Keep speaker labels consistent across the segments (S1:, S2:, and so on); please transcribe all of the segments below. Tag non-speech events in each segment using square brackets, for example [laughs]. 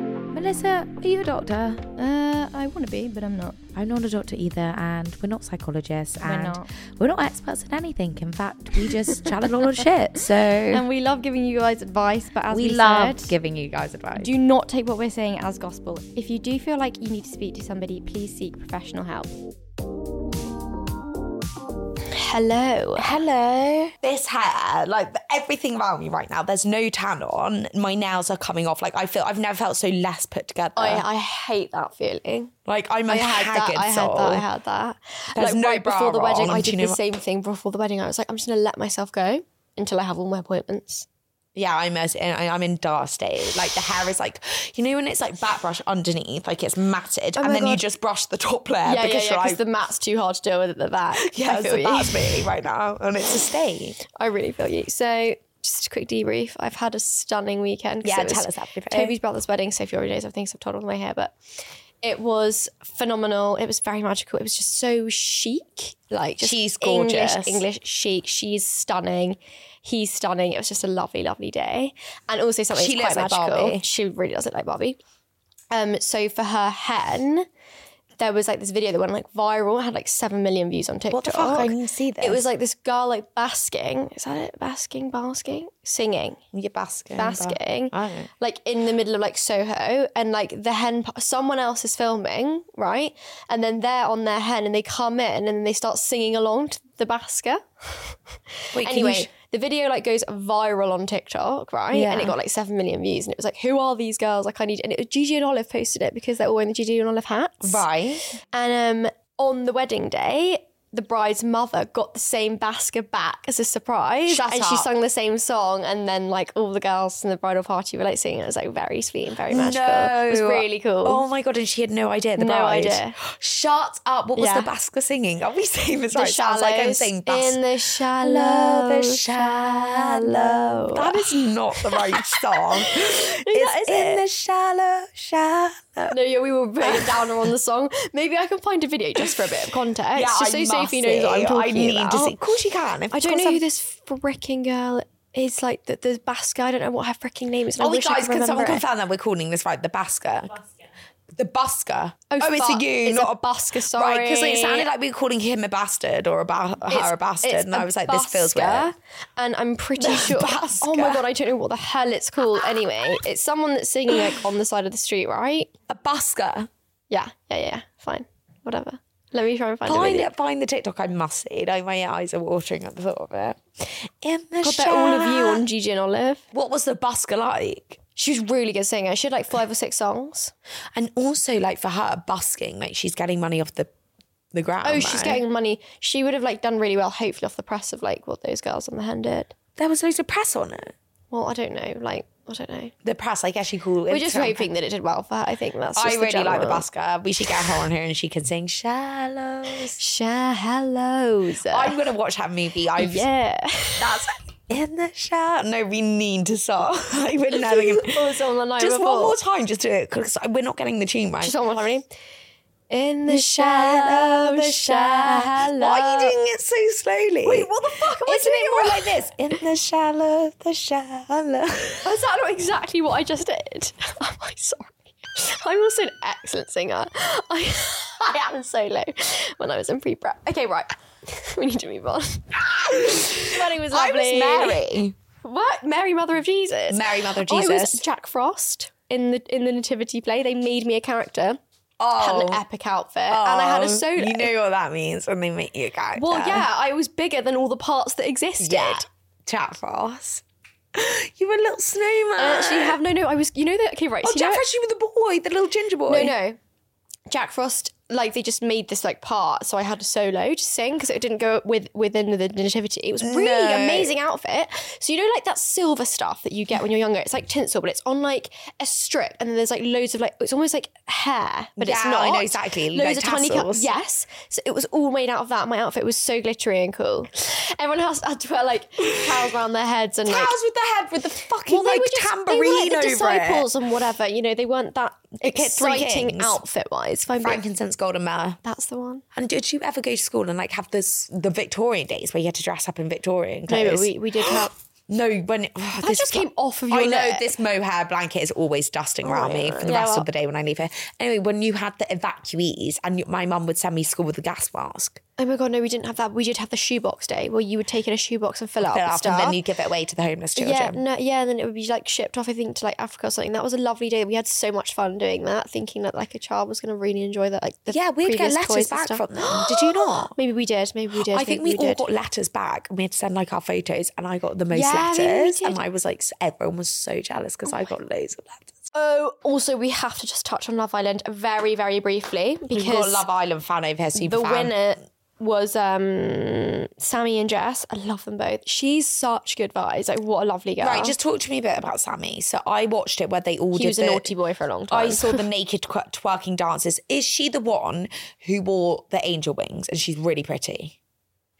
S1: Melissa, are you a doctor?
S2: Uh, I want to be, but I'm not.
S1: I'm not a doctor either, and we're not psychologists,
S2: We're
S1: and
S2: not.
S1: we're not experts in anything. In fact, we just chat a lot of shit. [laughs] So
S2: And we love giving you guys advice, but as we,
S1: we, love
S2: said,
S1: giving you guys advice.
S2: do not take what we're saying as gospel. If you do feel like you need to speak to somebody, please seek professional help. Hello.
S3: Hello. This hair, like everything around me right now, there's no tan on. My nails are coming off. Like I feel I've never felt so less put together.
S2: I, I hate that feeling.
S3: like I'm a
S2: I had that.
S3: haggard
S2: I had
S3: soul.
S2: that. I had that.
S3: There's
S2: like
S3: no
S2: right
S3: bra
S2: before the
S3: on,
S2: wedding, I
S3: do
S2: did
S3: you
S2: the
S3: know what-
S2: same thing before the wedding. I was like, I'm just gonna let myself go until I have all my appointments.
S3: yeah, I'm as in, I- I'm in dark state. Like the hair is like, you know, when it's like back brush underneath, like it's matted, and
S2: Oh my
S3: then you
S2: God.
S3: just brush the top layer
S2: yeah,
S3: because
S2: yeah,
S3: you're
S2: yeah.
S3: like,
S2: Because the mat's too hard to deal with at the back.
S3: [laughs] yeah,
S2: I
S3: so
S2: feel you.
S3: that's
S2: [laughs]
S3: me right now, and it's a state.
S2: I really feel you. So, just a quick debrief. I've had a stunning weekend. 'cause
S3: Yeah,
S2: it was
S3: tell us everything.
S2: Toby's brother's wedding. So, if you already knows, I think I've told all my hair, but it was phenomenal. It was very magical. It was just so chic. Like, just
S3: She's
S2: English-
S3: gorgeous.
S2: English, chic. She's stunning. He's stunning. It was just a lovely, lovely day. And also something
S3: She
S2: that's quite
S3: looks like
S2: magical.
S3: Barbie.
S2: She really does look like Barbie. Um, so for her hen, there was like this video that went like viral. It had like seven million views on TikTok.
S3: What the fuck? I didn't see this.
S2: It was like this girl like basking. Is that it? Basking, basking, singing,
S3: you're basking,
S2: basking.
S3: I don't know.
S2: Like in the middle of like Soho, and like the hen, someone else is filming, right? And then they're on their hen, and they come in, and they start singing along to the basker. [laughs]
S3: Wait, can you
S2: anyway,
S3: sh-
S2: the video like goes viral on TikTok, right? And
S1: Yeah.
S2: it got like seven million views, and it was like, who are these girls? Like, I need. And it was Gigi and Olive posted it because they're all wearing the Gigi and Olive hats.
S3: right?
S2: And um, on the wedding day, the bride's mother got the same basket back as a surprise,
S3: Shut
S2: and she
S3: up.
S2: sung the same song. And then, like all the girls in the bridal party were like singing. It It was like very sweet and very magical. It was
S3: No.
S2: really cool.
S3: Oh my god, and she had no idea. The
S2: No
S3: bride.
S2: idea.
S3: Shut up. What was
S2: Yeah.
S3: the Basker singing? Are we saying this
S2: the
S3: right? Sounds like I'm
S2: shallows
S3: saying
S2: in
S3: Basker.
S2: the shallow,
S3: the shallow. That is not the
S2: [laughs]
S3: right song. it's
S2: that is
S3: in the shallow, shallow.
S2: No, yeah, we were putting a downer on the song. Maybe I can find a video just for a bit of context. just so Sophie knows what I'm talking
S3: I need
S2: about.
S3: to see. Of course you can. Of
S2: I don't
S3: course
S2: know
S3: I'm-
S2: who this freaking girl is. Like the, the Basque. I don't know what her freaking name is. and I
S3: Oh,
S2: wish I
S3: guys,
S2: could
S3: can someone
S2: remember it.
S3: confirm that we're calling this right? The Basker. The Busker. Oh, it's a
S2: fuck.
S3: you,
S2: It's
S3: not
S2: a
S3: a,
S2: busker,
S3: Right, because it
S2: sorry.
S3: sounded like we were calling him a bastard or a ba- her a bastard.
S2: It's
S3: And I
S2: a
S3: was like, this feels
S2: busker,
S3: weird.
S2: And
S3: [laughs]
S2: I'm pretty sure.
S3: busker.
S2: Oh my god, I don't know what the hell it's called. Anyway, it's someone that's singing like on the side of the street, right?
S3: A Busker.
S2: Yeah, yeah, yeah. yeah. Fine, whatever. Let me try and find,
S3: Find
S2: it.
S3: it, find the TikTok. I must see it. Oh, my eyes are watering at the thought of it. In the
S2: God, they're all of you
S3: shadow-
S2: on Gigi and Olive.
S3: What was the busker like?
S2: She was really good singer. She had like five or six songs.
S3: And also, like for her, busking, like she's getting money off the the ground.
S2: Oh, she's
S3: right?
S2: getting money. She would have like done really well, hopefully off the press of like what those girls on the hen did.
S3: There was loads of press on it.
S2: Well, I don't know. Like, I don't know.
S3: The press, I guess you call it.
S2: We're just hoping that it did well for her. I think that's.
S3: I
S2: Just
S3: really like the
S2: general-
S3: busker. We should get her on here and she can sing shallows.
S2: Shallows.
S3: I'm gonna watch that movie. I've
S2: yeah.
S3: that's in the shower. No, we need to [laughs] start. I would never. Give,
S2: was on the night
S3: just one
S2: before.
S3: more time, just do it because we're not getting the tune right.
S2: Just one more time. ready? In the
S3: shallow,
S2: shallow,
S3: the shallow.
S2: shallow.
S3: Why are [laughs] you doing it so slowly? Wait, what the fuck? Am
S2: I doing it
S3: more like this? In the shallow, the
S2: [laughs]
S3: shallow.
S2: Is that not exactly what I just did? [laughs] Am I sorry? I'm also an excellent singer. [laughs] I, I am solo when I was in pre prep. Okay, right. [laughs] we need to
S3: [laughs]
S2: move on. Wedding was
S3: I
S2: lovely.
S3: was Mary.
S2: What? Mary, Mother of Jesus.
S3: Mary, Mother of
S2: I was
S3: Jesus.
S2: Jack Frost in the in the Nativity play. They made me a character. Had an
S3: Oh,
S2: epic outfit, and I had a solo.
S3: You know what that means when they make you a character.
S2: well, yeah, I was bigger than all the parts that existed.
S3: yeah. Jack Frost. You were a little snowman.
S2: I actually have no, no. I was, Uh, you know that. Okay, right.
S3: Oh,
S2: so you
S3: Jack
S2: know-
S3: Frost, you were the boy, the little ginger boy.
S2: No, no. Jack Frost, like they just made this like part, so I had a solo to sing because it didn't go with within the nativity. It was really
S3: No.
S2: amazing outfit. So you know, like that silver stuff that you get when you're younger. It's like tinsel, but it's on like a strip, and then there's like loads of like it's almost like hair, but it's
S3: Yeah,
S2: not.
S3: I know exactly,
S2: Loads
S3: like
S2: of tiny
S3: tassels.
S2: cups. Yes. So it was all made out of that. My outfit was so glittery and cool. Everyone else had to wear like towels around their heads and like
S3: Cows with the head with the fucking
S2: well, they
S3: like
S2: were just,
S3: tambourine
S2: they were like the
S3: over it.
S2: disciples and whatever. You know, they weren't that
S3: kids, three
S2: exciting
S3: kings.
S2: outfit wise.
S3: Frankincense, golden mare.
S2: That's the one.
S3: And did you ever go to school and like have this the Victorian days where you had to dress up in Victorian
S2: No,
S3: clothes? [gasps]
S2: but we, we did have
S3: No, when [sighs] oh,
S2: That just came off of your
S3: I know
S2: lip. Oh,
S3: this mohair blanket is always dusting around me for the
S2: Yeah,
S3: rest
S2: well-
S3: of the day when I leave here. Anyway, when you had the evacuees and you- my mum would send me school with a gas mask,
S2: Oh my god, no, we didn't have that. We did have the shoebox day where you would take in a shoebox and fill it up,
S3: fill
S2: with
S3: up
S2: Oh, stuff.
S3: and then you give it away to the homeless
S2: yeah,
S3: children.
S2: no, yeah, and then it would be like shipped off, I think, to like Africa or something. That was a lovely day. We had so much fun doing that, thinking that like a child was going to really enjoy that. Like the
S3: Yeah, we'd get
S2: previous
S3: letters
S2: toys and
S3: back
S2: stuff.
S3: from
S2: [gasps]
S3: them. Did you not?
S2: Maybe we did. Maybe we did.
S3: I think
S2: maybe
S3: we, all
S2: did.
S3: got letters back and we had to send like our photos and I got the most
S2: Yeah, maybe we
S3: letters
S2: did.
S3: and I was like s- everyone was so jealous because I got loads of letters.
S2: Oh, also we have to just touch on Love Island very, very briefly because
S3: We've got a Love Island fan over here, super
S2: the
S3: fan.
S2: winner was um Sammy and Jess. I love them both. She's such good vibes. Like what a lovely girl.
S3: Right, just talk to me a bit about Sammy. So I watched it where they all
S2: he
S3: did
S2: was
S3: the,
S2: a naughty boy for a long time.
S3: I saw the naked qu- twerking dances. Is she the one who wore the angel wings and she's really pretty?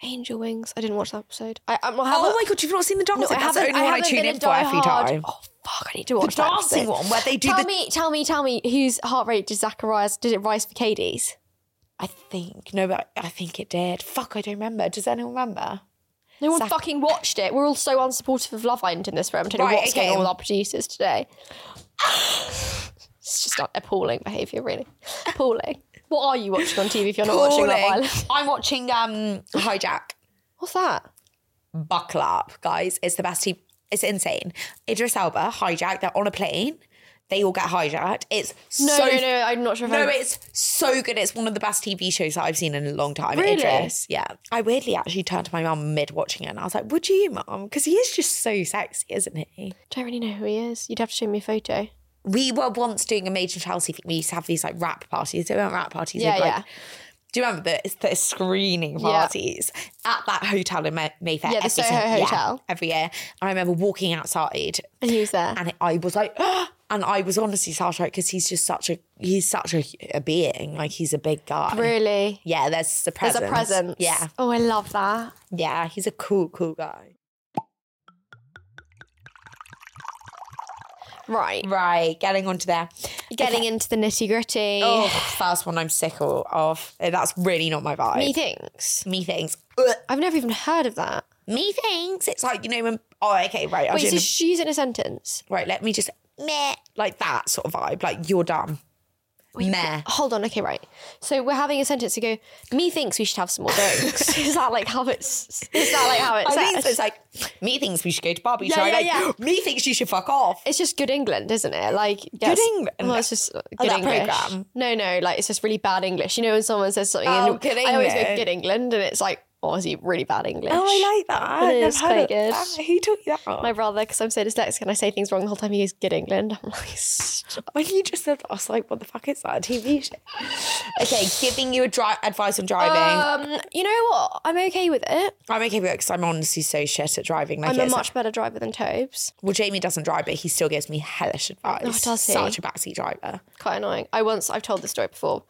S2: Angel Wings. I didn't watch that episode. I, I'm, I have
S3: Oh my god, you've not seen the dancing?
S2: I
S3: That's the
S2: haven't-
S3: only one
S2: I
S3: I
S2: haven't
S3: tune
S2: been
S3: in
S2: a
S3: for every
S2: diehard-
S3: time.
S2: Oh fuck! I need to watch that
S3: dancing
S2: episode.
S3: one where they do
S2: Tell
S3: the-
S2: me, tell me, tell me, whose heart rate did Zacharias? Did it rise for Katie's?
S3: I think no, but I think it did. Fuck, I don't remember. Does anyone remember?
S2: No one
S3: Zach-
S2: fucking watched it. We're all so unsupportive of Love Island in this room. I don't know
S3: Right,
S2: what's going
S3: okay.
S2: on with our producers today. it's just not appalling behaviour, really. Appalling. What are you watching on TV if you're not watching Love
S3: Appalling.
S2: Island? [laughs]
S3: I'm watching um Hijack.
S2: What's that?
S3: Buckle up, guys. It's the best team. It's insane. Idris Elba, hijack. They're on a plane. They all get hijacked. It's
S2: No,
S3: so
S2: no, no. I'm not sure if
S3: No,
S2: I'm...
S3: it's so good. It's one of the best TV shows that I've seen in a long time.
S2: Really?
S3: Idris. Yeah. I weirdly actually turned to my mum mid watching it and I was like, Would you, mum? Because he is just so sexy, isn't he?
S2: don't really know who he is. You'd have to show me a photo.
S3: We were once doing a Made in Chelsea thing. We used to have these like rap parties. They weren't rap parties.
S2: Yeah,
S3: they'd, like-
S2: yeah.
S3: do you remember the, it's the screening parties at that hotel in May- Mayfair?
S2: Yeah, the
S3: every
S2: Soho
S3: single-
S2: Hotel.
S3: every year. I remember walking outside
S2: And he was there.
S3: and I was like, [gasps] and I was honestly starstruck because he's just such a he's such a, a being. Like he's a big guy.
S2: really?
S3: Yeah, there's the
S2: There's
S3: presence.
S2: a presence.
S3: Yeah,
S2: Oh, I love that.
S3: yeah, he's a cool, cool guy.
S2: Right.
S3: Right, getting onto there.
S2: Getting into the nitty gritty.
S3: Oh, first one I'm sick of. That's really not my vibe.
S2: Me thinks.
S3: Me thinks. Ugh.
S2: I've never even heard of that.
S3: Me thinks. It's like you know when. Oh, okay, right. I was
S2: Wait,
S3: in
S2: so
S3: a-
S2: she's in a sentence.
S3: right, let me just meh like that sort of vibe. Like you're dumb. meh.
S2: Hold on, okay, right. So we're having a sentence to go, me thinks we should have some more [laughs] drinks. is that like how it's is that like how it's
S3: I think so. It's like me thinks we should go to Barbie.
S2: Yeah,
S3: Yeah,
S2: yeah,
S3: like,
S2: yeah.
S3: Me thinks you should fuck off.
S2: it's just good England, isn't it? Like yes,
S3: England?
S2: Well, it's just uh, good
S3: that
S2: English.
S3: programme?
S2: No, no, like it's just really bad English. You know, when someone says something,
S3: Oh,
S2: and
S3: good
S2: I always go
S3: England.
S2: good England, Oh, and it's like obviously really bad English.
S3: like that.
S2: It is quite good.
S3: Who taught you that?
S2: My brother, because I'm so dyslexic and I say things wrong the whole time, he goes good England. I'm like, "Stop."
S3: when you just said, that, I was like, what the fuck is that? A TV show? okay, giving you a dri- advice on driving.
S2: um, you know what? I'm okay with it.
S3: I'm okay with it because I'm honestly so shit at driving. Like,
S2: I'm a
S3: it's-
S2: much better driver than Tobes.
S3: well, Jamie doesn't drive, but he still gives me hellish advice.
S2: does he?
S3: Such a backseat driver.
S2: quite annoying. I once I've told this story before.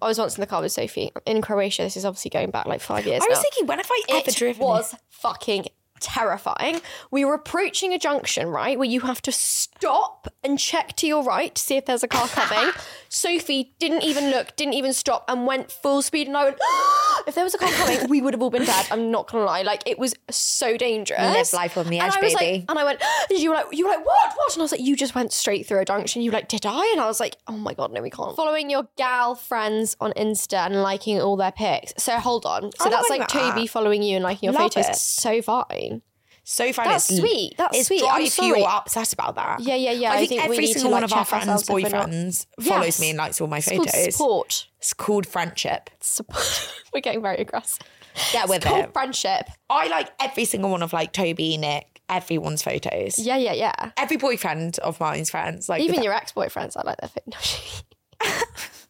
S2: I was once in the car with Sophie in Croatia. This is obviously going back like five years.
S3: I was
S2: now.
S3: thinking, when have I ever
S2: it
S3: driven?
S2: was fucking terrifying. We were approaching a junction, right, where you have to stop and check to your right to see if there's a car [laughs] coming. Sophie didn't even look, didn't even stop, and went full speed. And I went, [gasps] if there was a car coming, we would have all been dead. I'm not gonna lie, like it was so dangerous.
S3: Live life on the
S2: and
S3: edge,
S2: I was Like,
S3: baby.
S2: and I went, [gasps] and you were like, you were like, what, what? And I was like, you just went straight through a junction. You were like, did I? And I was like, oh my god, no, we can't. Following your gal friends on Insta and liking all their pics. So hold on. So
S3: I'm
S2: that's
S3: loving
S2: like
S3: that.
S2: Toby following you and liking your
S3: Love
S2: photos.
S3: it.
S2: So fine.
S3: so fun.
S2: That's
S3: it's,
S2: sweet. That's
S3: it's
S2: sweet.
S3: dry
S2: I'm
S3: if
S2: sorry.
S3: you're upset about that.
S2: Yeah, yeah, yeah.
S3: I
S2: I
S3: think,
S2: think we
S3: every
S2: need to,
S3: single
S2: like,
S3: one of our
S2: check
S3: friends'
S2: ourselves if we're not-
S3: boyfriends follows
S2: Yes.
S3: me and likes all my
S2: It's called
S3: photos.
S2: support.
S3: It's called friendship.
S2: Support. [laughs] We're getting very aggressive.
S3: Get with
S2: Called
S3: it.
S2: friendship.
S3: I like every single one of like Toby, Nick, everyone's photos.
S2: Yeah, yeah, yeah.
S3: Every boyfriend of mine's friends, like
S2: Even
S3: with-
S2: your ex-boyfriends, I like their [laughs] photos.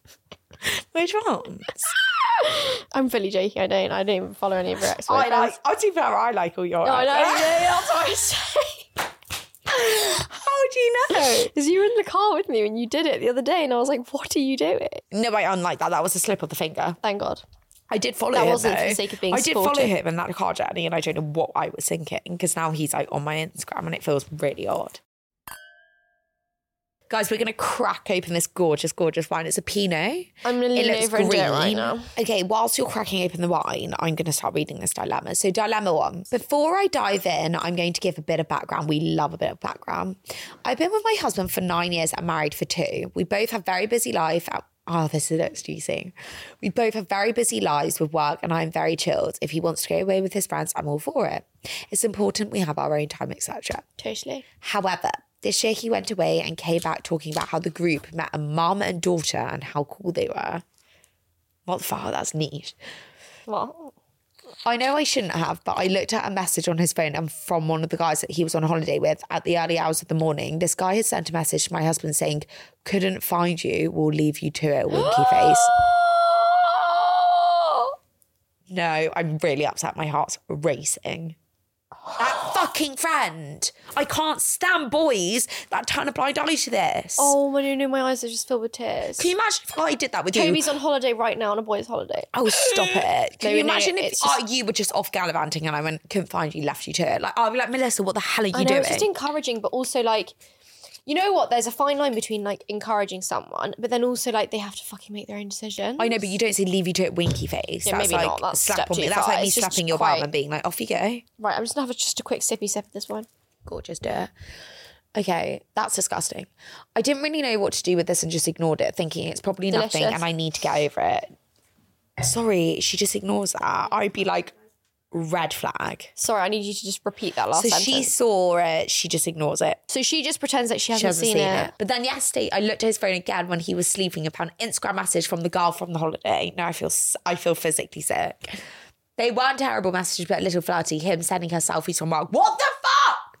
S3: which ones?
S2: I'm fully joking. I don't. I don't even follow any of your
S3: I
S2: ex-boyfriends.
S3: like. I do fair. I like all your.
S2: No, Oh, I know.
S3: ones.
S2: yeah, yeah, that's what I was saying.
S3: [laughs] How do you
S2: [laughs]
S3: know?
S2: Because you were in the car with me when you did it the other day, and I was like, "What are you doing?"
S3: No, I unlike that. That was a slip of the finger.
S2: Thank God.
S3: I did follow
S2: That
S3: him.
S2: wasn't for
S3: though.
S2: the sake of being
S3: I did follow
S2: supportive.
S3: him in that car journey, and I don't know what I was thinking because now he's like on my Instagram, and it feels really odd. Guys, we're gonna crack open this gorgeous, gorgeous wine. It's a Pinot.
S2: I'm gonna lean over and do it right now.
S3: Okay, whilst you're cracking open the wine, I'm gonna start reading this dilemma. So, dilemma one. Before I dive in, I'm going to give a bit of background. We love a bit of background. I've been with my husband for nine years and married for two. We both have very busy life. Oh, this looks juicy. We both have very busy lives with work, and I'm very chilled. If he wants to go away with his friends, I'm all for it. It's important we have our own time, etc.
S2: Totally.
S3: However, this year he went away and came back talking about how the group met a mum and daughter and how cool they were. What the fuck? That's neat.
S2: Well,
S3: I know I shouldn't have, but I looked at a message on his phone and from one of the guys that he was on holiday with at the early hours of the morning. This guy had sent a message to my husband saying, Couldn't find you, we'll leave you to it, winky face. Oh. No, I'm really upset. My heart's racing. That fucking friend. I can't stand boys that turn a blind eye to this.
S2: Oh my no, no, my eyes are just filled with tears.
S3: Can you imagine if I did that with you?
S2: Toby's on holiday right now on a boy's holiday.
S3: Oh, stop it. Can
S2: No,
S3: you
S2: no,
S3: imagine if
S2: it's just-
S3: oh, you were just off gallivanting and I went, couldn't find you, left you to it? Like, I'd be like, Melissa, what the hell are you
S2: I know
S3: doing?
S2: it's just encouraging, but also like, you know what? There's a fine line between like encouraging someone, but then also like they have to fucking make their own decision.
S3: I know, but you don't say leave you to it, winky face.
S2: Yeah,
S3: that's
S2: maybe
S3: like
S2: not. That's a
S3: slap
S2: step
S3: on me.
S2: too
S3: That's
S2: far.
S3: like me
S2: It's just
S3: slapping your
S2: quite-
S3: bum and being like, off you go.
S2: Right, I'm just gonna have a, just a quick sippy sip of this wine.
S3: Gorgeous, dear. Okay, that's disgusting. I didn't really know what to do with this and just ignored it, thinking it's probably nothing
S2: Delicious.
S3: and I need to get over it. Sorry, she just ignores that. I'd be like, red flag.
S2: Sorry, I need you to just repeat that last
S3: So
S2: sentence.
S3: she saw it, she just ignores it.
S2: so she just pretends that she hasn't,
S3: She hasn't
S2: seen, it.
S3: But then yesterday, I looked at his phone again when he was sleeping upon Instagram message from the girl from the holiday. Now I feel s- I feel physically sick. They weren't terrible messages, but a little flirty. Him sending her selfies from work. What the fuck?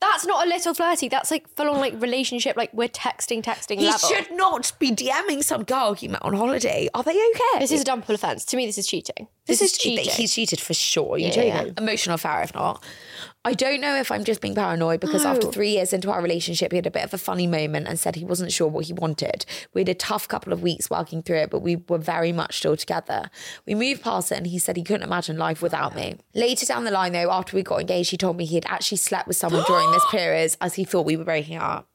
S2: That's not a little flirty. That's like full on like relationship. Like we're texting, texting.
S3: He
S2: level.
S3: should not be DMing some girl he met on holiday. Are they okay?
S2: This is a dumb offense. To me, this is cheating.
S3: This is cheating. He's cheated for sure. You
S2: Yeah,
S3: do
S2: yeah.
S3: know. Emotional affair, if not. I don't know if I'm just being paranoid because after three years into our relationship, he had a bit of a funny moment and said he wasn't sure what he wanted. We had a tough couple of weeks working through it, but we were very much still together. We moved past it and he said he couldn't imagine life without me. Later down the line, though, after we got engaged, he told me he had actually slept with someone during [gasps] this period as he thought we were breaking up.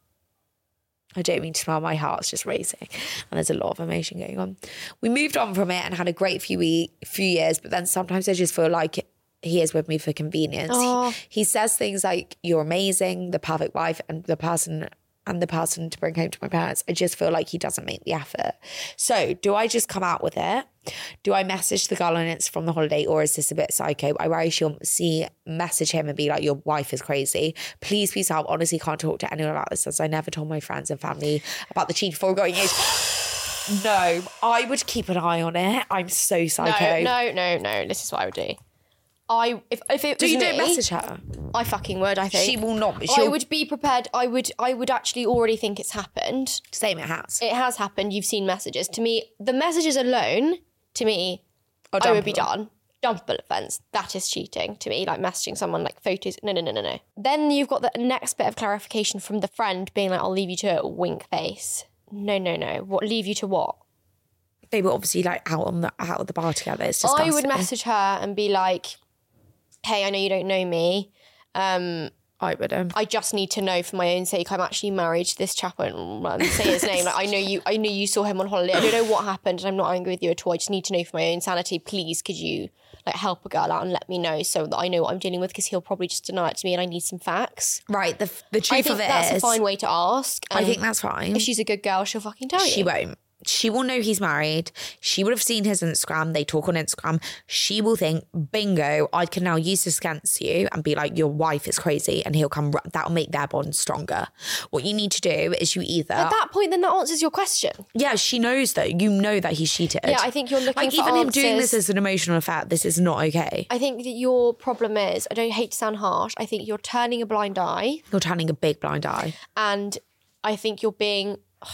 S3: I don't mean to smile, my heart's just racing. And there's a lot of emotion going on. We moved on from it and had a great few week, few years, but then sometimes I just feel like he is with me for convenience. He-
S2: Oh.
S3: He, says things like, You're amazing, the perfect wife, and the person and the person to bring home to my parents. I just feel like he doesn't make the effort. So do I just come out with it? Do I message the girl on it's from the holiday or is this a bit psycho? I worry she'll see message him and be like, Your wife is crazy. Please, please help. Honestly, can't talk to anyone about this as I never told my friends and family about the cheat before going age. [sighs] No, I would keep an eye on it. I'm so
S2: No,
S3: psycho.
S2: no, no, no. This is what I would do. I if if it
S3: Do
S2: was
S3: you
S2: me,
S3: don't message her?
S2: I fucking would. I think
S3: She will not.
S2: I
S3: She'll
S2: would be prepared. I would. I would actually already think it's happened.
S3: same it has.
S2: It has happened. You've seen messages. To me, the messages alone, to me, I would be done. Dumpable offence. That is cheating to me. Like messaging someone like photos. No, no, no, no, no. Then you've got the next bit of clarification from the friend being like, "I'll leave you to it." Wink face. No, no, no. What? Leave you to what?
S3: They were obviously like out on the out of the bar together. It's disgusting.
S2: I would message her and be like, "Hey, I know you don't know me. Um,
S3: I would. Um,
S2: I just need to know for my own sake. I'm actually married to this chap. I don't wanna say his name. Like, I know you. I know you saw him on holiday. I don't know what happened, and I'm not angry with you at all. I just need to know for my own sanity. Please, could you like help a girl out and let me know so that I know what I'm dealing with? Because he'll probably just deny it to me, and I need some facts.
S3: right. The the
S2: I
S3: truth
S2: think
S3: of it
S2: that's a
S3: is-
S2: fine way to ask.
S3: I
S2: and
S3: think that's fine.
S2: if she's a good girl, she'll fucking tell
S3: Um, She
S2: you.
S3: won't. She will know he's married. She would have seen his Instagram. They talk on Instagram. She will think, bingo, I can now use this against you and be like, your wife is crazy. And he'll come, ru- that'll make their bond stronger. What you need to do is you either.
S2: At that point, then that answers your question.
S3: yeah, she knows though. You know that he's cheated.
S2: Yeah, I think you're looking
S3: like,
S2: for
S3: even him doing
S2: answers.
S3: this as an emotional affair, this is not okay.
S2: I think that your problem is, I don't hate to sound harsh, I think you're turning a blind eye
S3: You're turning a big blind eye.
S2: and I think you're being [sighs]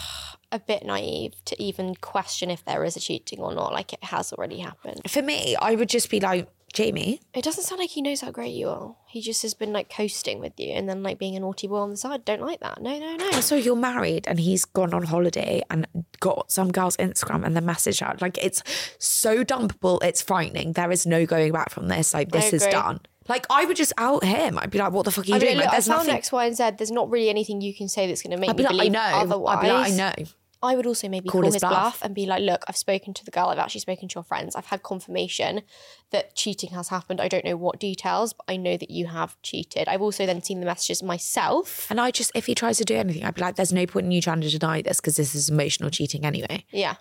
S2: a bit naive to even question if there is a cheating or not. Like it has already happened.
S3: For me, I would just be like, Jamie,
S2: It doesn't sound like he knows how great you are. He just has been like coasting with you and then like being a naughty boy on the side. Don't like that. No, no, no.
S3: so you're married and he's gone on holiday and got some girl's Instagram and then messaged her. Like it's so dumpable, it's frightening. There is no going back from this. Like this is
S2: agree.
S3: done. Like I would just out him. I'd be like, "What the fuck are you
S2: I'd be
S3: doing?"
S2: like, look,
S3: Like,
S2: I
S3: there's
S2: found
S3: nothing.
S2: X, Y, and Z. There's not really anything you can say that's going to make
S3: I'd be
S2: me
S3: like, "I
S2: believe
S3: know."
S2: otherwise.
S3: I'd be like, "I know."
S2: I would also maybe
S3: Call
S2: call,
S3: his
S2: his,
S3: bluff.
S2: bluff. and be like, look, I've spoken to the girl, I've actually spoken to your friends, I've had confirmation that cheating has happened. I don't know what details, but I know that you have cheated. I've also then seen the messages myself.
S3: And I just, if he tries to do anything, I'd be like, "There's no point in you trying to deny this because this is emotional cheating anyway."
S2: Yeah.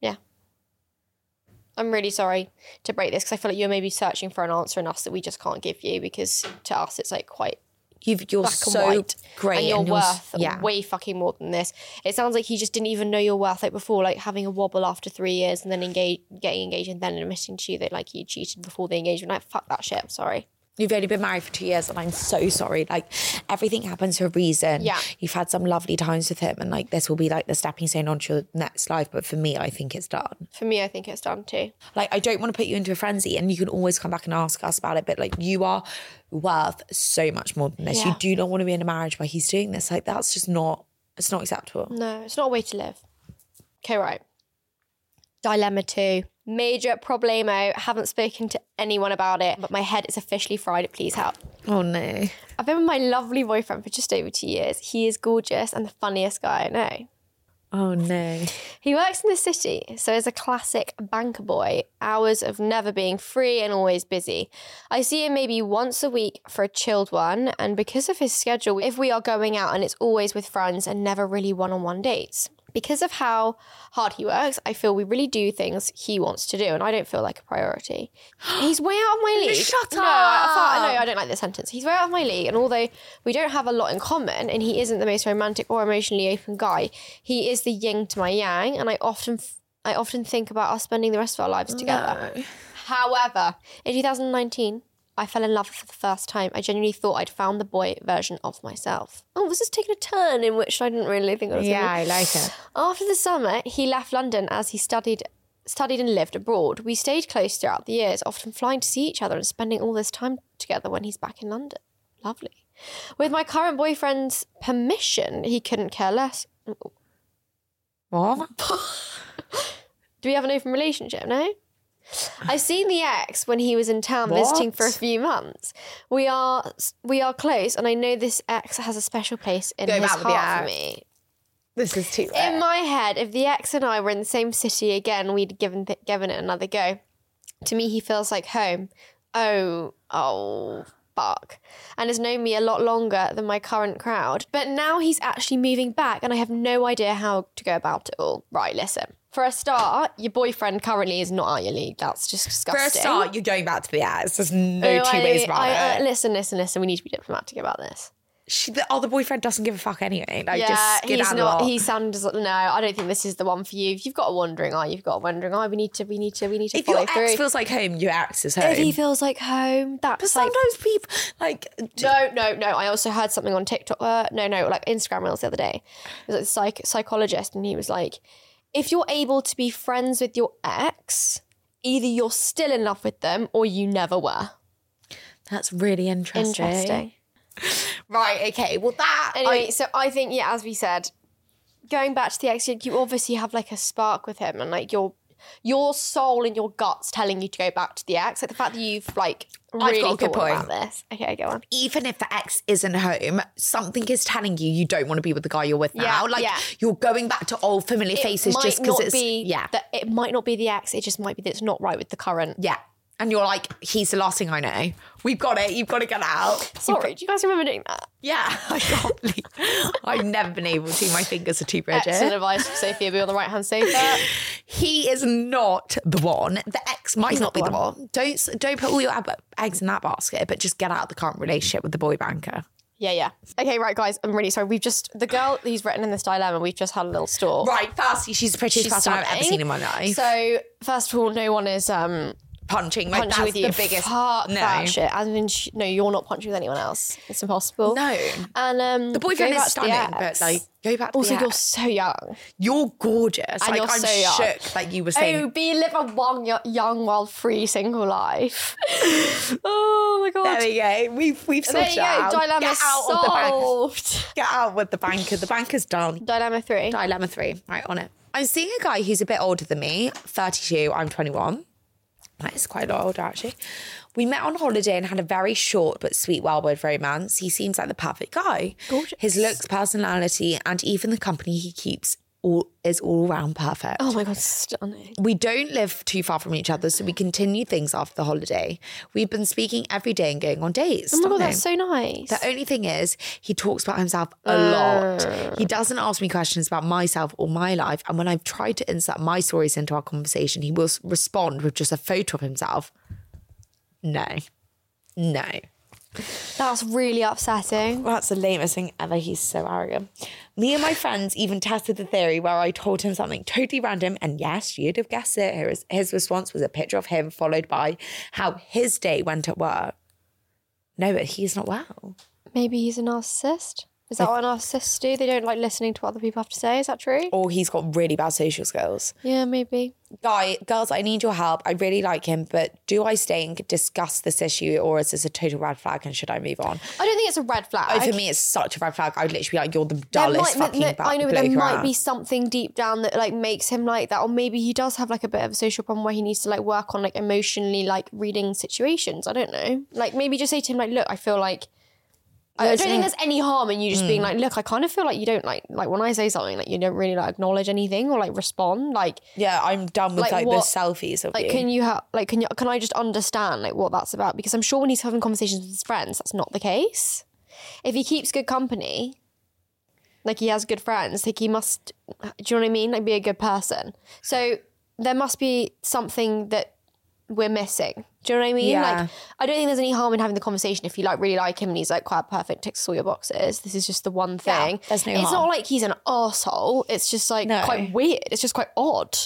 S2: Yeah. I'm really sorry to break this because I feel like you're maybe searching for an answer in us that we just can't give you because to us it's like quite
S3: You've, you're
S2: black
S3: so
S2: and white.
S3: great,
S2: and you're
S3: s-
S2: worth
S3: yeah.
S2: way fucking more than this. It sounds like he just didn't even know your worth like before, like having a wobble after three years and then engage, getting engaged and then admitting to you that like you cheated before the engagement. Like fuck that shit. I'm sorry.
S3: You've only been married for two years, and I'm so sorry. Like everything happens for a reason.
S2: Yeah.
S3: you've had some lovely times with him, and like this will be like the stepping stone onto your next life. But for me, I think it's done.
S2: For me, I think it's done too.
S3: Like I don't want to put you into a frenzy, and you can always come back and ask us about it. But like you are worth so much more than this. You
S2: Yeah.
S3: do not want to be in a marriage where he's doing this. Like that's just not. It's not acceptable.
S2: No, it's not a way to live. Okay, right. Dilemma two. Major problemo. Haven't spoken to anyone about it, but my head is officially fried. Please help.
S3: Oh no.
S2: I've been with my lovely boyfriend for just over two years. He is gorgeous and the funniest guy I know.
S3: Oh no.
S2: He works in the city, so is a classic banker boy, hours of never being free and always busy. I see him maybe once a week for a chilled one, and because of his schedule, if we are going out and it's always with friends and never really one on one dates. Because of how hard he works, I feel we really do things he wants to do, and I don't feel like a priority. He's way out of my league.
S3: Shut
S2: No, I, I, no, I don't like this sentence. He's way out of my league, and although we don't have a lot in common, and he isn't the most romantic or emotionally open guy, he is the yin to my yang, and I often, f- I often think about us spending the rest of our lives together. However, in 2019, I fell in love for the first time. I genuinely thought I'd found the boy version of myself. Oh, this has taken a turn in which I didn't really think I was. gonna-
S3: I like it.
S2: after the summer, he left London as he studied studied and lived abroad. We stayed close throughout the years, often flying to see each other and spending all this time together when he's back in London. Lovely. With my current boyfriend's permission, he couldn't care less.
S3: What?
S2: Do we have an open relationship? No. I've seen the ex when he was in town visiting for a
S3: What?
S2: few months. We are we are close, and I know this ex has a special place in
S3: Go
S2: his
S3: back with the
S2: heart for
S3: ex.
S2: me.
S3: This is too.
S2: In my head, if the ex and I were in the same city again, we'd given th- given it another go. To me, he feels like home. Oh, oh, fuck. And has known me a lot longer than my current crowd. But now he's actually moving back, and I have no idea how to go about it all. Right, listen. For a start, your boyfriend currently is not out your league. That's just
S3: For
S2: disgusting.
S3: a start, you're going back to the ass. There's no
S2: No,
S3: two
S2: I-
S3: ways about
S2: I-
S3: it.
S2: uh, listen, listen, listen. We need to be diplomatic about this.
S3: she, the other boyfriend doesn't give a fuck anyway. Like,
S2: yeah,
S3: just skid
S2: he's
S3: out
S2: not.
S3: the lot.
S2: He sounds no. I don't think this is the one for you. If you've got a wandering eye, you've got a wandering eye. We need to. We need to. We need to
S3: if your
S2: follow
S3: ex
S2: through.
S3: feels like home, your ex is
S2: if he
S3: home.
S2: feels like home,
S3: But
S2: that's like.
S3: sometimes people like d-
S2: No, no, no. I also heard something on TikTok. Uh, no, no, like Instagram reels the other day. It was like a psych- psychologist, and he was like, "If you're able to be friends with your ex, either you're still in love with them or you never were."
S3: that's really interesting.
S2: Interesting.
S3: Right? Okay. Well, that
S2: Anyway, so I think yeah, as we said, going back to the ex, you obviously have like a spark with him, and like your your soul and your guts telling you to go back to the ex. Like the fact that you've like
S3: got
S2: really
S3: a good
S2: thought about this. Okay, go on.
S3: even if the ex isn't home, something is telling you you don't want to be with the guy you're with
S2: Yeah,
S3: now. Like
S2: yeah.
S3: you're going back to old familiar faces
S2: might
S3: just because
S2: not
S3: it's
S2: be
S3: yeah,
S2: that it might not be the ex. It just might be that it's not right with the current.
S3: yeah. And you're like, he's the last thing I know. We've got it. You've got to get out.
S2: Sorry, do you guys remember doing that?
S3: Yeah, [laughs] I can't believe I've never been able to. My fingers are too rigid.
S2: Excellent advice from Sophia. Be on the right hand [laughs] sofa.
S3: He is not the one. The ex might not, be the one. Don't s- don't put all your ab- eggs in that basket, but just get out of the current relationship with the boy banker.
S2: Yeah, yeah. Okay, right, guys. I'm really sorry. We've just the girl who's written in this dilemma. We've just had a little store.
S3: Right, firstly, she's the prettiest
S2: She's
S3: person I've ever
S2: stunning.
S3: seen in my life.
S2: So first of all, no one is um
S3: punching, like
S2: punching
S3: that's
S2: with you.
S3: the biggest.
S2: Fuck
S3: no,
S2: that shit. And then she, no, you're not punching with anyone else. It's impossible.
S3: no.
S2: And um,
S3: The boyfriend
S2: go
S3: is
S2: back to the
S3: stunning, but
S2: ex.
S3: like go back. To
S2: also
S3: the
S2: you're
S3: ex.
S2: so young.
S3: you're gorgeous. like
S2: you're
S3: I'm
S2: so young.
S3: shook that you were saying.
S2: Oh, be live a long, yo- young, wild, free,
S3: [laughs]
S2: single life. oh my god.
S3: there we go. We've we've
S2: There
S3: sorted
S2: you
S3: it
S2: go.
S3: out.
S2: Dilemma
S3: Get out of the bank.
S2: solved.
S3: Get out with the banker. The banker's done.
S2: Dilemma three.
S3: Dilemma three, right on it. I'm seeing a guy who's a bit older than me, 32, I'm 21. That is quite a lot older, actually. We met on holiday and had a very short but sweet Wildwood romance. He seems like the perfect guy.
S2: Gorgeous.
S3: His looks, personality, and even the company he keeps all is all round perfect.
S2: Oh my god, stunning.
S3: We don't live too far from each other, so we continue things after the holiday. We've been speaking every day and going on dates.
S2: Oh my god,
S3: stunning.
S2: that's so nice.
S3: The only thing is, he talks about himself a lot. He doesn't ask me questions about myself or my life. And when I've tried to insert my stories into our conversation, he will s- respond with just a photo of himself. No, no.
S2: That's really upsetting.
S3: Well, that's the lamest thing ever. He's so arrogant. Me and my friends even tested the theory where I told him something totally random, and yes, you'd have guessed it. His, his response was a picture of him, followed by how his day went at work. No, but he's not well.
S2: Maybe he's a narcissist. Is that what narcissists do? They don't like listening to what other people have to say. Is that true?
S3: Or he's got really bad social skills.
S2: Yeah, maybe.
S3: guy, girls, I need your help. I really like him, but do I stay and discuss this issue or is this a total red flag and should I move on?
S2: I don't think it's a red flag.
S3: Oh, for me, it's such a red flag. I'd literally be like, you're the
S2: There
S3: dullest
S2: might-
S3: fucking
S2: there-
S3: bu-
S2: I know but
S3: bloke
S2: there might
S3: around.
S2: be something deep down that like makes him like that, or maybe he does have like a bit of a social problem where he needs to like work on like emotionally like reading situations. I don't know. Like maybe just say to him like, look, I feel like I I
S3: There's
S2: don't
S3: no-
S2: think there's any harm in you just being like, look, I kind of feel like you don't like like when I say something like you don't really like acknowledge anything or like respond. Like
S3: Yeah, I'm done with like,
S2: Like
S3: the
S2: what-
S3: selfies of
S2: like
S3: you.
S2: can you have like can you can I just understand like what that's about? Because I'm sure when he's having conversations with his friends, that's not the case. If he keeps good company, like he has good friends, like he must do you know what I mean? Like be a good person. So there must be something that we're missing. Do you know what I mean?
S3: Yeah.
S2: Like I don't think there's any harm in having the conversation if you like really like him and he's like quite perfect, ticks all your boxes. This is just the one
S3: Yeah,
S2: thing.
S3: there's no
S2: it's
S3: harm.
S2: not like he's an asshole. It's just like
S3: No.
S2: quite weird. It's just quite odd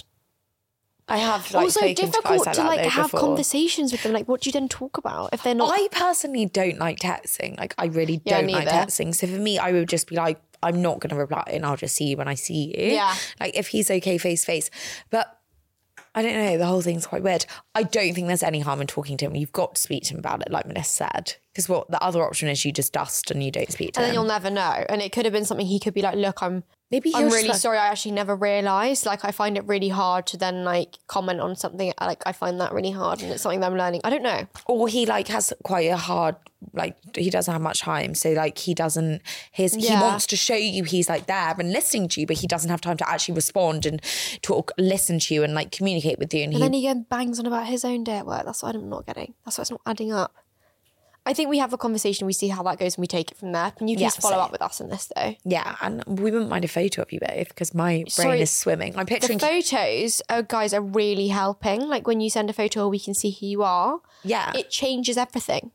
S3: I have like
S2: also
S3: spoken to guys
S2: difficult
S3: like
S2: to
S3: that,
S2: like
S3: though,
S2: have
S3: before.
S2: conversations with them. Like, what do you then talk about if they're not?
S3: I personally don't like texting. Like, I really
S2: Oh. Yeah,
S3: don't like
S2: neither.
S3: texting. So for me, I would just be like, I'm not going to reply and I'll just see you when I see you.
S2: Yeah.
S3: Like, if he's okay face to face. But I don't know. The whole thing's quite weird. I don't think there's any harm in talking to him. You've got to speak to him about it, like Melissa said. Because what the other option is you just dust and you don't speak to
S2: and then
S3: him.
S2: you'll never know. And it could have been something he could be like, look, I'm.
S3: Maybe he'll
S2: I'm
S3: just
S2: really
S3: like-
S2: sorry. I actually never realised. Like, I find it really hard to then like comment on something. Like, I find that really hard, and it's something that I'm learning. I don't know.
S3: Or he like has quite a hard like he doesn't have much time, so like he doesn't. His he
S2: Yeah.
S3: wants to show you he's like there and listening to you, but he doesn't have time to actually respond and talk, listen to you, and like communicate with you. And,
S2: And
S3: he
S2: then he again bangs on about his own day at work. That's what I'm not getting. That's why it's not adding up. I think we have a conversation. We see how that goes, and we take it from there. And you
S3: Yeah,
S2: please follow
S3: same.
S2: up with us on this though.
S3: yeah, and we wouldn't mind a photo of you both because my brain
S2: Sorry.
S3: is swimming. I'm
S2: The
S3: picturing
S2: photos, oh guys, are really helping. Like when you send a photo, we can see who you are.
S3: yeah.
S2: It changes everything.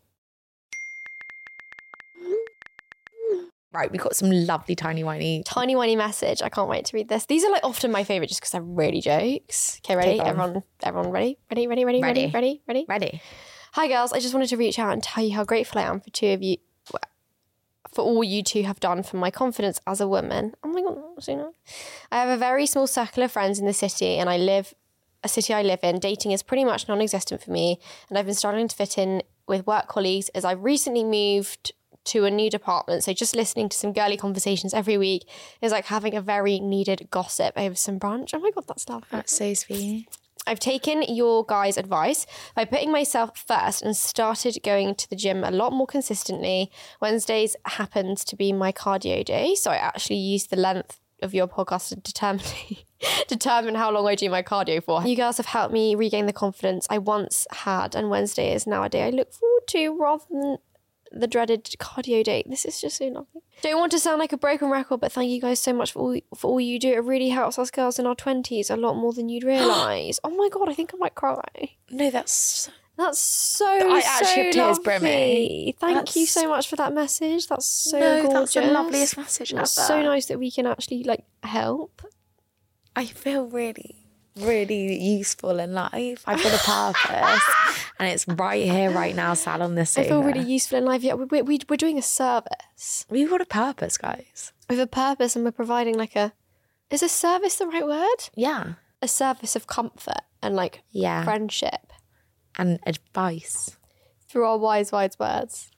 S3: right, we got some lovely tiny whiny.
S2: Tiny whiny message. I can't wait to read this. These are like often my favorite just because they're really jokes. Okay, ready?
S3: Take on.
S2: Everyone, everyone, ready? Ready? Ready? Ready? Ready?
S3: Ready.
S2: Ready? Ready?
S3: Ready?
S2: Hi, girls. I just wanted to reach out and tell you how grateful I am for two of you, for all you two have done for my confidence as a woman. Oh my god, so nice. I have a very small circle of friends in the city, and I live a city I live in. Dating is pretty much non-existent for me, and I've been struggling to fit in with work colleagues as I've recently moved to a new department. So just listening to some girly conversations every week is like having a very needed gossip over some brunch. Oh my god, that's lovely.
S3: That's so sweet.
S2: I've taken your guys' advice by putting myself first and started going to the gym a lot more consistently. Wednesdays happens to be my cardio day, so I actually use the length of your podcast to determine [laughs] determine how long I do my cardio for. You guys have helped me regain the confidence I once had, and Wednesday is now a day I look forward to rather than the dreaded cardio date. This is just so lovely. Don't want to sound like a broken record, but thank you guys so much for all, for all you do. It really helps us girls in our 20s a lot more than
S3: [gasps]
S2: you'd realise. oh my God, I think I might cry.
S3: No, that's
S2: That's so,
S3: I
S2: so
S3: actually have tears brimming.
S2: lovely. Thank you
S3: That's-
S2: so much for that message. That's so
S3: no,
S2: gorgeous.
S3: that's the loveliest message
S2: That's
S3: ever.
S2: so nice that we can actually like help.
S3: I feel really, really useful in life. I've got a purpose, [laughs] and it's right here, right now, sat on this.
S2: I feel
S3: sofa.
S2: really useful in life. Yeah, we, we, we, we're doing a service.
S3: We've got a purpose, guys.
S2: We have a purpose and we're providing like a. Is a service the right word?
S3: Yeah,
S2: A service of comfort and like
S3: yeah,
S2: friendship.
S3: and advice.
S2: through our wise, wise words.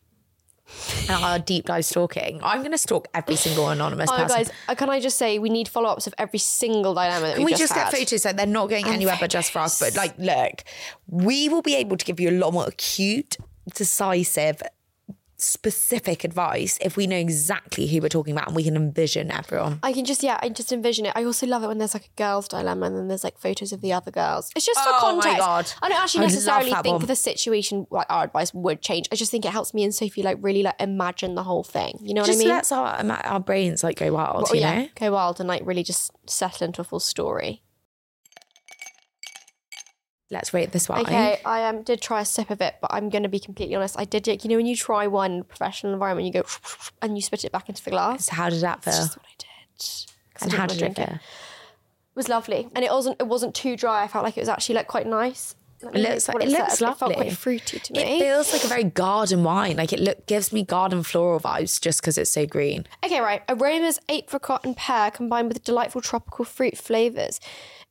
S3: and our deep dive stalking. I'm going to stalk every single anonymous
S2: Oh,
S3: person.
S2: guys, uh, can I just say we need follow ups of every single dilemma that
S3: Can
S2: we,
S3: we just
S2: had.
S3: get photos like they're not going anywhere but just for us. But like, look, we will be able to give you a lot more acute, decisive, specific advice if we know exactly who we're talking about and we can envision everyone.
S2: I can just yeah, I just envision it. I also love it when there's like a girls' dilemma and then there's like photos of the other girls. It's just for
S3: Oh my
S2: context.
S3: God.
S2: I don't actually
S3: I love
S2: necessarily
S3: that
S2: think
S3: one.
S2: the situation like our advice would change. I just think it helps me and Sophie like really like imagine the whole thing. You know what
S3: Just
S2: I mean?
S3: lets our ima- our brains like go wild,
S2: Well,
S3: you
S2: yeah,
S3: know.
S2: go wild and like really just settle into a full story.
S3: Let's rate this one.
S2: Okay, I um, did try a sip of it, but I'm going to be completely honest. I did, you know, when you try one professional environment, you go [laughs] and you spit it back into the glass.
S3: So how did that feel?
S2: That's just what I did. 'Cause I
S3: and
S2: didn't
S3: how
S2: wanna
S3: did it
S2: drink
S3: feel?
S2: It was lovely, and it wasn't. It wasn't too dry. I felt like it was actually like quite nice. Let me
S3: It looks
S2: read
S3: like-
S2: what
S3: it looks
S2: said. It felt
S3: lovely.
S2: quite fruity to
S3: It
S2: me.
S3: feels like a very garden wine. Like it look gives me garden floral vibes just because it's so green.
S2: okay, right. Aromas apricot and pear combined with delightful tropical fruit flavors,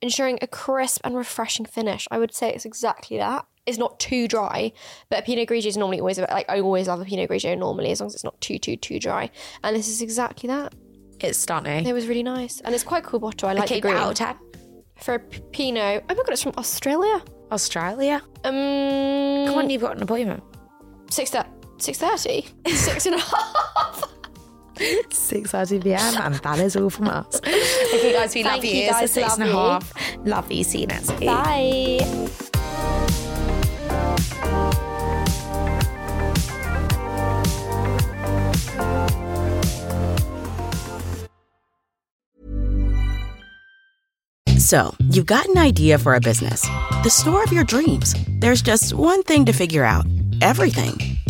S2: ensuring a crisp and refreshing finish. I would say it's exactly that. It's not too dry, but a Pinot Grigio is normally always a bit- like I always love a Pinot Grigio normally as long as it's not too too too dry. And this is exactly that.
S3: It's stunning.
S2: It was really nice, and it's quite a cool bottle. I like
S3: okay,
S2: the green
S3: out of ten.
S2: for a p- Pinot. Oh my god, it's from Australia.
S3: Australia.
S2: Um,
S3: Come on, you've got an
S2: [laughs]
S3: appointment.
S2: six thir-
S3: [laughs]
S2: six thirty. Six and a half.
S3: Six thirty PM, and that is all from us. [laughs] okay, guys, we
S2: Thank
S3: love you.
S2: you,
S3: it's a
S2: guys.
S3: six and a
S2: Love
S3: half. Love you. See you next week.
S2: Bye.
S4: So, you've got an idea for a business, the store of your dreams. There's just one thing to figure out everything.